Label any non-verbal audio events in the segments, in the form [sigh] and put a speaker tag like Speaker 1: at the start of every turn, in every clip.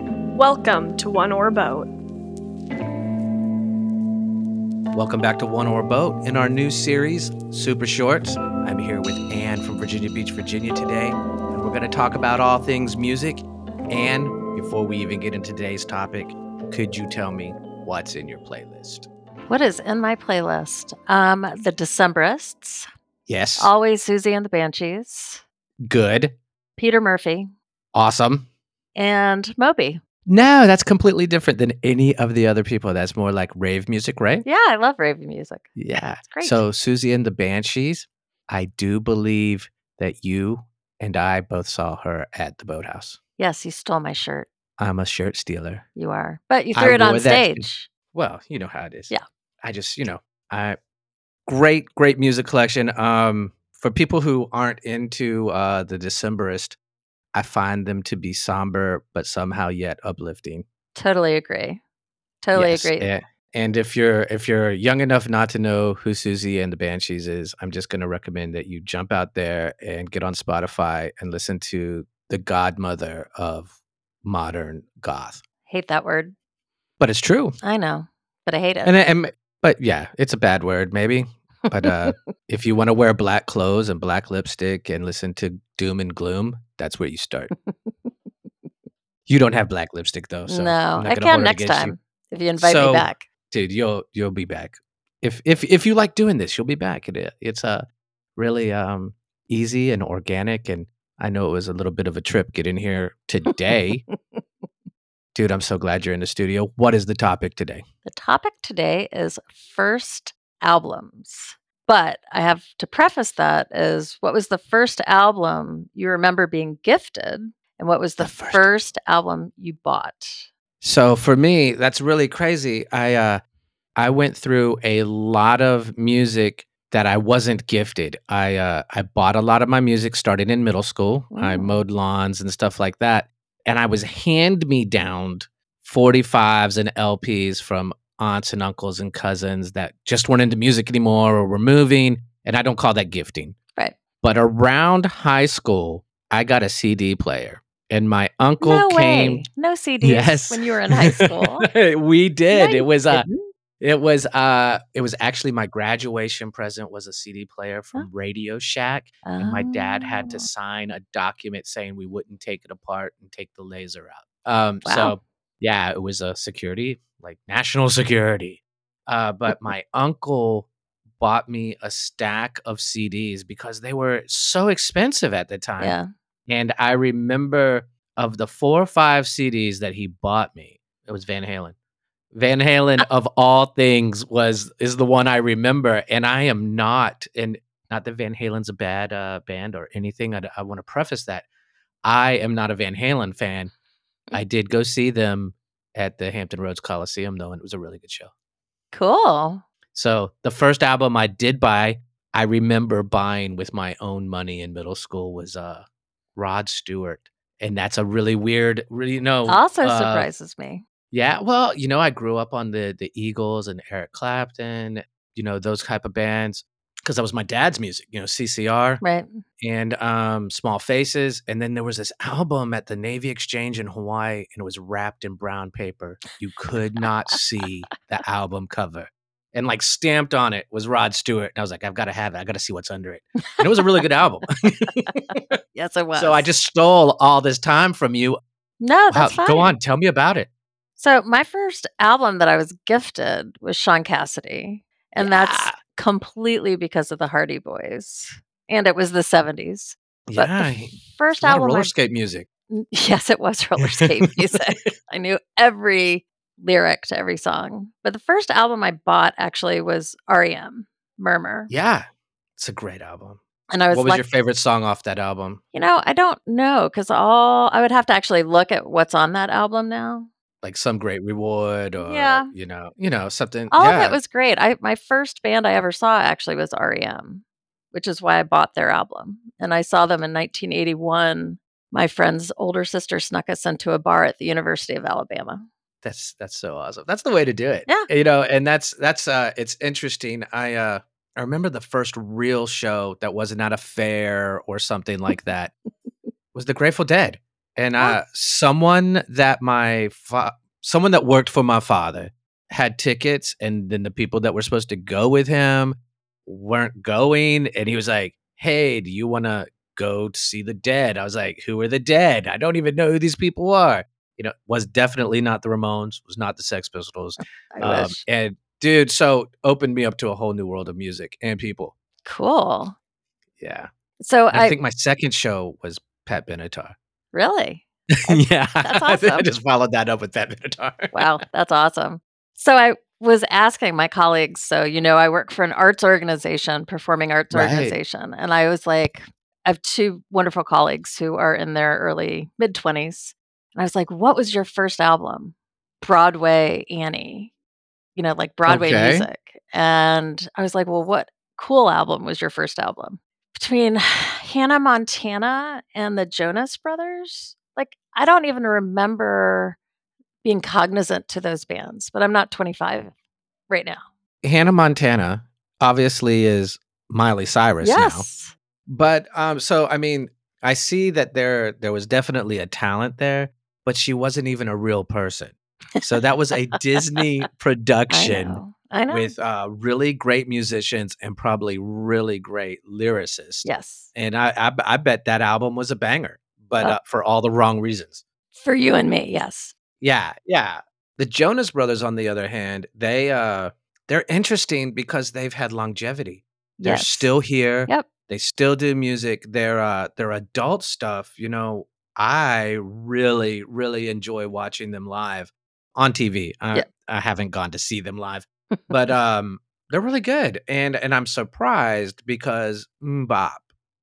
Speaker 1: Welcome to One Or Boat.
Speaker 2: Welcome back to One Oar Boat in our new series, Super Shorts. I'm here with Anne from Virginia Beach, Virginia today, and we're going to talk about all things music. Anne, before we even get into today's topic, could you tell me what's in your playlist?
Speaker 3: What is in my playlist? Um, the Decemberists,
Speaker 2: Yes.
Speaker 3: always Susie and the Banshees,
Speaker 2: Good.
Speaker 3: Peter Murphy,
Speaker 2: Awesome.
Speaker 3: and Moby.
Speaker 2: No, that's completely different than any of the other people. That's more like rave music, right?
Speaker 3: Yeah, I love rave music.
Speaker 2: Yeah.
Speaker 3: It's great.
Speaker 2: So, Susie and the Banshees, I do believe that you and I both saw her at the boathouse.
Speaker 3: yes, you stole my shirt.
Speaker 2: I'm a shirt stealer.
Speaker 3: You are, but you
Speaker 2: I
Speaker 3: threw it on
Speaker 2: wore that too.
Speaker 3: stage.
Speaker 2: Well, you know how it is.
Speaker 3: Yeah.
Speaker 2: I just, you know, I great, great music collection. Um, for people who aren't into uh the Decemberist, I find them to be somber, but somehow yet uplifting.
Speaker 3: Totally agree. Totally
Speaker 2: Yes,
Speaker 3: agree.
Speaker 2: And, and if you're if you're young enough not to know who Susie and the Banshees is, I'm just going to recommend that you jump out there and get on Spotify and listen to the godmother of modern goth.
Speaker 3: Hate that word.
Speaker 2: But it's true.
Speaker 3: I know, but I hate it.
Speaker 2: and, and but yeah, it's a bad word maybe. But
Speaker 3: [laughs]
Speaker 2: uh, if you want to wear black clothes and black lipstick and listen to doom and gloom, that's where you start. you don't have black lipstick though, so I'm
Speaker 3: no,
Speaker 2: not
Speaker 3: I
Speaker 2: gonna hold
Speaker 3: can
Speaker 2: it
Speaker 3: next
Speaker 2: against
Speaker 3: time
Speaker 2: you.
Speaker 3: if you invite
Speaker 2: So-
Speaker 3: me back.
Speaker 2: dude. You'll you'll be back if if if you like doing this, you'll be back. It, it's uh, really um easy and organic, and I know it was a little bit of a trip
Speaker 3: [laughs]
Speaker 2: getting here today. Dude, I'm so glad you're in the studio. What is the topic today?
Speaker 3: The topic today is first albums. But I have to preface that is what was the first album you remember being gifted and what was the,
Speaker 2: The first-
Speaker 3: first. album you bought?
Speaker 2: So for me, that's really crazy. I uh I went through a lot of music that I wasn't gifted. I uh I bought a lot of my music starting in middle school. I
Speaker 3: Wow.
Speaker 2: mowed lawns and stuff like that. And I was hand me downed 45s and LPs from aunts and uncles and cousins that just weren't into music anymore or were moving. And I don't call that gifting.
Speaker 3: Right.
Speaker 2: But around high school, I got a CD player. And my uncle
Speaker 3: no
Speaker 2: came
Speaker 3: way. No CDs when you were in high
Speaker 2: [laughs]
Speaker 3: school.
Speaker 2: we did.
Speaker 3: No,
Speaker 2: it
Speaker 3: you
Speaker 2: was uh
Speaker 3: didn't.
Speaker 2: it was uh it was actually my graduation present was a CD player from
Speaker 3: Huh?
Speaker 2: Radio Shack and my dad had
Speaker 3: Oh.
Speaker 2: to sign a document saying we wouldn't take it apart and take the laser out. Um so
Speaker 3: Wow.
Speaker 2: yeah, it was a security, like national security. Uh but my uncle bought me a stack of CDs because they were so expensive at the time.
Speaker 3: Yeah.
Speaker 2: And I remember of the four or five CDs that he bought me, it was Van Halen. Van Halen of all things was is the one I remember, and I am not, and not that Van Halen's a bad uh, band or anything. I, want to preface that I am not a Van Halen fan. I did go see them at the Hampton Roads Coliseum though, and it was a really good show.
Speaker 3: Cool.
Speaker 2: So the first album I did buy, I remember buying with my own money in middle school was uh Rod Stewart. And that's a really weird, really no.
Speaker 3: also
Speaker 2: uh,
Speaker 3: surprises me.
Speaker 2: Yeah, well, you know, I grew up on the the Eagles and Eric Clapton, you know, those type of bands because that was my dad's music, you know, CCR
Speaker 3: Right.
Speaker 2: and um, Small Faces. And then there was this [laughs] album at the Navy Exchange in Hawaii, and it was wrapped in brown paper. You could not see the album cover. And like stamped on it was Rod Stewart. And I was like, I've got to have it. I got to see what's under it. And it was a really
Speaker 3: [laughs]
Speaker 2: good album.
Speaker 3: Yes, it was.
Speaker 2: so I just stole all this time from you.
Speaker 3: No,
Speaker 2: Wow,
Speaker 3: [laughs] that's fine.
Speaker 2: go on. Tell me about it.
Speaker 3: So my first album that I was gifted was Sean Cassidy, and
Speaker 2: Yeah.
Speaker 3: that's completely because of the Hardy Boys, and it was the '70s. But the
Speaker 2: yeah.
Speaker 3: First
Speaker 2: it's a lot of
Speaker 3: album, I,
Speaker 2: roller skate music.
Speaker 3: n- [laughs] yes, it
Speaker 2: [laughs]
Speaker 3: was roller skate music. I knew every lyric to every song, but the first album I bought actually was REM, Murmur,
Speaker 2: Yeah. It's a great album.
Speaker 3: and I was
Speaker 2: What was
Speaker 3: like,
Speaker 2: your favorite song off that album?
Speaker 3: you know, I don't know because all I would have to actually look at what's on that album now.
Speaker 2: Like some great reward or
Speaker 3: Yeah.
Speaker 2: you know, you know, something.
Speaker 3: All
Speaker 2: yeah.
Speaker 3: of it was great. I my first band I ever saw actually was REM, which is why I bought their album. And I saw them in 1981. My friend's older sister snuck us into a bar at the University of Alabama.
Speaker 2: that's that's so awesome that's the way to do it
Speaker 3: Yeah.
Speaker 2: you know and that's that's uh it's interesting i uh i remember the first real show that wasn't at a fair or something like that was the grateful dead and uh, someone that my fa- someone that worked for my father had tickets, and then the people that were supposed to go with him weren't going, and he was like, "Hey, do you want to go to see the dead?" I was like, "Who are the dead? I don't even know who these people are." You know, was definitely not the Ramones, was not the Sex Pistols,
Speaker 3: I
Speaker 2: um,
Speaker 3: wish.
Speaker 2: and dude, so opened me up to a whole new world of music and people.
Speaker 3: Cool.
Speaker 2: Yeah,
Speaker 3: So
Speaker 2: I,
Speaker 3: I,
Speaker 2: think my second show was Pat Benatar. [laughs]
Speaker 3: really
Speaker 2: yeah,
Speaker 3: that's
Speaker 2: I think I
Speaker 3: awesome.
Speaker 2: just followed that up with Pat Benatar.
Speaker 3: wow, that's awesome. So I was asking my colleagues, so you know, I work for an arts organization, performing arts
Speaker 2: Right.
Speaker 3: organization, and I was like, I have two wonderful colleagues who are in their early mid 20s. And I was like, what was your first album? Broadway Annie. You know, like Broadway
Speaker 2: Okay.
Speaker 3: music. And I was like, well, what cool album was your first album? Between Hannah Montana and the Jonas Brothers? Like I don't even remember being cognizant to those bands, but I'm not 25 right now.
Speaker 2: [laughs] Hannah Montana obviously is Miley Cyrus now.
Speaker 3: yes.
Speaker 2: But um so I mean, I see that there there was definitely a talent there, but she wasn't even a real person. So
Speaker 3: [laughs]
Speaker 2: that was a Disney
Speaker 3: I
Speaker 2: production
Speaker 3: know. I know.
Speaker 2: with uh really great musicians and probably really great lyricists.
Speaker 3: yes.
Speaker 2: And I, I I bet that album was a banger, but
Speaker 3: Oh.
Speaker 2: uh, for all the wrong reasons.
Speaker 3: For you and me, yes.
Speaker 2: Yeah, yeah. The Jonas Brothers, on the other hand, they uh they're interesting because they've had longevity. They're
Speaker 3: yes.
Speaker 2: still here.
Speaker 3: Yep.
Speaker 2: They still do music. Their uh their adult stuff, you know, I really, really enjoy watching them live on TV. I,
Speaker 3: Yeah.
Speaker 2: I haven't gone to see them
Speaker 3: [laughs]
Speaker 2: live. But um they're really good. And and I'm surprised because Mbop,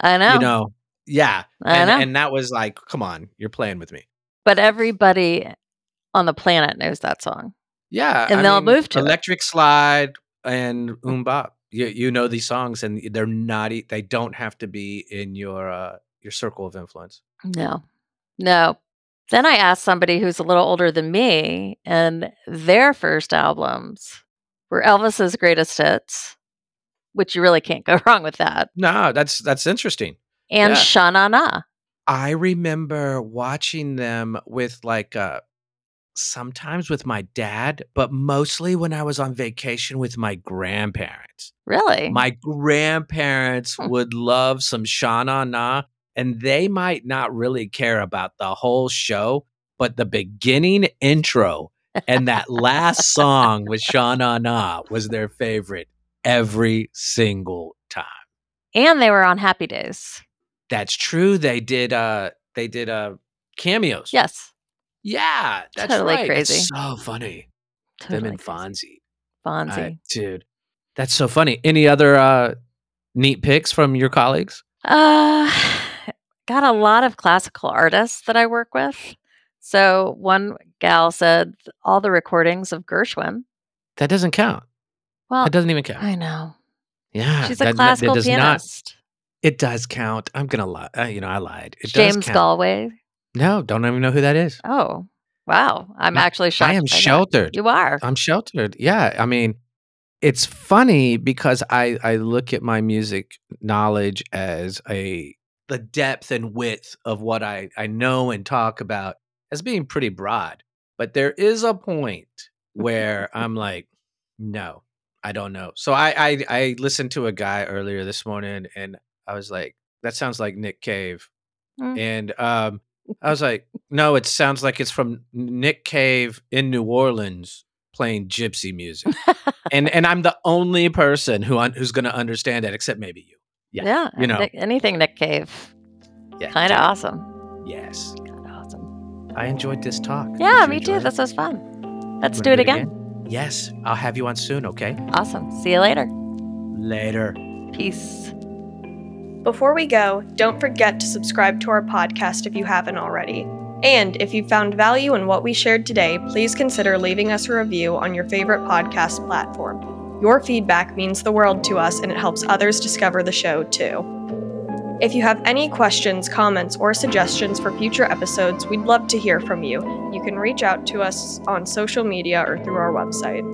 Speaker 3: I know.
Speaker 2: you know, yeah.
Speaker 3: Oh. I
Speaker 2: and,
Speaker 3: know.
Speaker 2: and that was like, come on, you're playing with me.
Speaker 3: but everybody on the planet knows that song.
Speaker 2: Yeah,
Speaker 3: And they'll move to it. Mm.
Speaker 2: Electric Slide and Umbop. You you know these songs, and they're not e- they don't have to be in your uh, your circle of influence.
Speaker 3: No, no. Then I asked somebody who's a little older than me, and their first albums were Elvis's greatest hits, which you really can't go [laughs] wrong with that,
Speaker 2: No, that's that's interesting.
Speaker 3: and
Speaker 2: Yeah.
Speaker 3: Sha Na Na.
Speaker 2: I remember watching them with like uh, sometimes with my dad, but mostly when I was on vacation with my grandparents.
Speaker 3: Really?
Speaker 2: My grandparents
Speaker 3: Hmm.
Speaker 2: would love some Sha Na Na, and they might not really care about the whole show, but the beginning intro and that last song with Sha Na Na was their favorite every single time.
Speaker 3: and they were on Happy Days.
Speaker 2: That's true. They did. Uh, they did. Uh, cameos.
Speaker 3: Yes.
Speaker 2: Yeah. That's
Speaker 3: Totally
Speaker 2: right. It's
Speaker 3: crazy.
Speaker 2: so funny.
Speaker 3: Totally
Speaker 2: Them and
Speaker 3: crazy.
Speaker 2: Fonzie. I-
Speaker 3: Fonzie.
Speaker 2: dude, that's so funny. Any other uh, neat picks from your colleagues?
Speaker 3: Uh, [sighs] got a lot of classical artists that I work with. So one gal said all the recordings of Gershwin.
Speaker 2: That doesn't count.
Speaker 3: Well,
Speaker 2: That doesn't even count.
Speaker 3: Oh, I
Speaker 2: [sighs]
Speaker 3: know
Speaker 2: Yeah,
Speaker 3: she's
Speaker 2: that-
Speaker 3: a
Speaker 2: that- that
Speaker 3: classical
Speaker 2: does not-
Speaker 3: pianist.
Speaker 2: it does count. I'm gonna lie. Uh, you know, I lied. It does
Speaker 3: James
Speaker 2: count.
Speaker 3: Galway.
Speaker 2: No, don't even know who that is.
Speaker 3: Oh, wow! I'm
Speaker 2: I-
Speaker 3: actually shocked.
Speaker 2: I am
Speaker 3: by that.
Speaker 2: sheltered. Uh,
Speaker 3: You are.
Speaker 2: I'm sheltered. Yeah, I mean, it's funny because I I look at my music knowledge as a the depth and width of what I I know and talk about as being pretty broad. But there is a point where I'm like, no, I don't know. So I I, I listened to a guy earlier this morning and I was like, that sounds like Nick Cave,
Speaker 3: Mm.
Speaker 2: and um. I was like, no, it sounds like it's from Nick Cave in New Orleans playing gypsy
Speaker 3: [laughs]
Speaker 2: music. and and I'm the only person who un- who's going to understand that except maybe you. yeah,
Speaker 3: yeah.
Speaker 2: you know.
Speaker 3: Nick- anything Nick Cave.
Speaker 2: Yeah.
Speaker 3: Kind of awesome.
Speaker 2: Yes.
Speaker 3: Kinda awesome.
Speaker 2: I enjoyed this talk. Did
Speaker 3: Yeah,
Speaker 2: you
Speaker 3: me
Speaker 2: enjoy
Speaker 3: too.
Speaker 2: it?
Speaker 3: This was fun. Let's
Speaker 2: Wanna
Speaker 3: do it again.
Speaker 2: Yes. I'll have you on soon, okay?
Speaker 3: Awesome. See you later.
Speaker 2: Later.
Speaker 3: Peace.
Speaker 1: Before we go, don't forget to subscribe to our podcast if you haven't already. And if you found value in what we shared today, please consider leaving us a review on your favorite podcast platform. Your feedback means the world to us and it helps others discover the show too. If you have any questions, comments, or suggestions for future episodes, we'd love to hear from you. You can reach out to us on social media or through our website.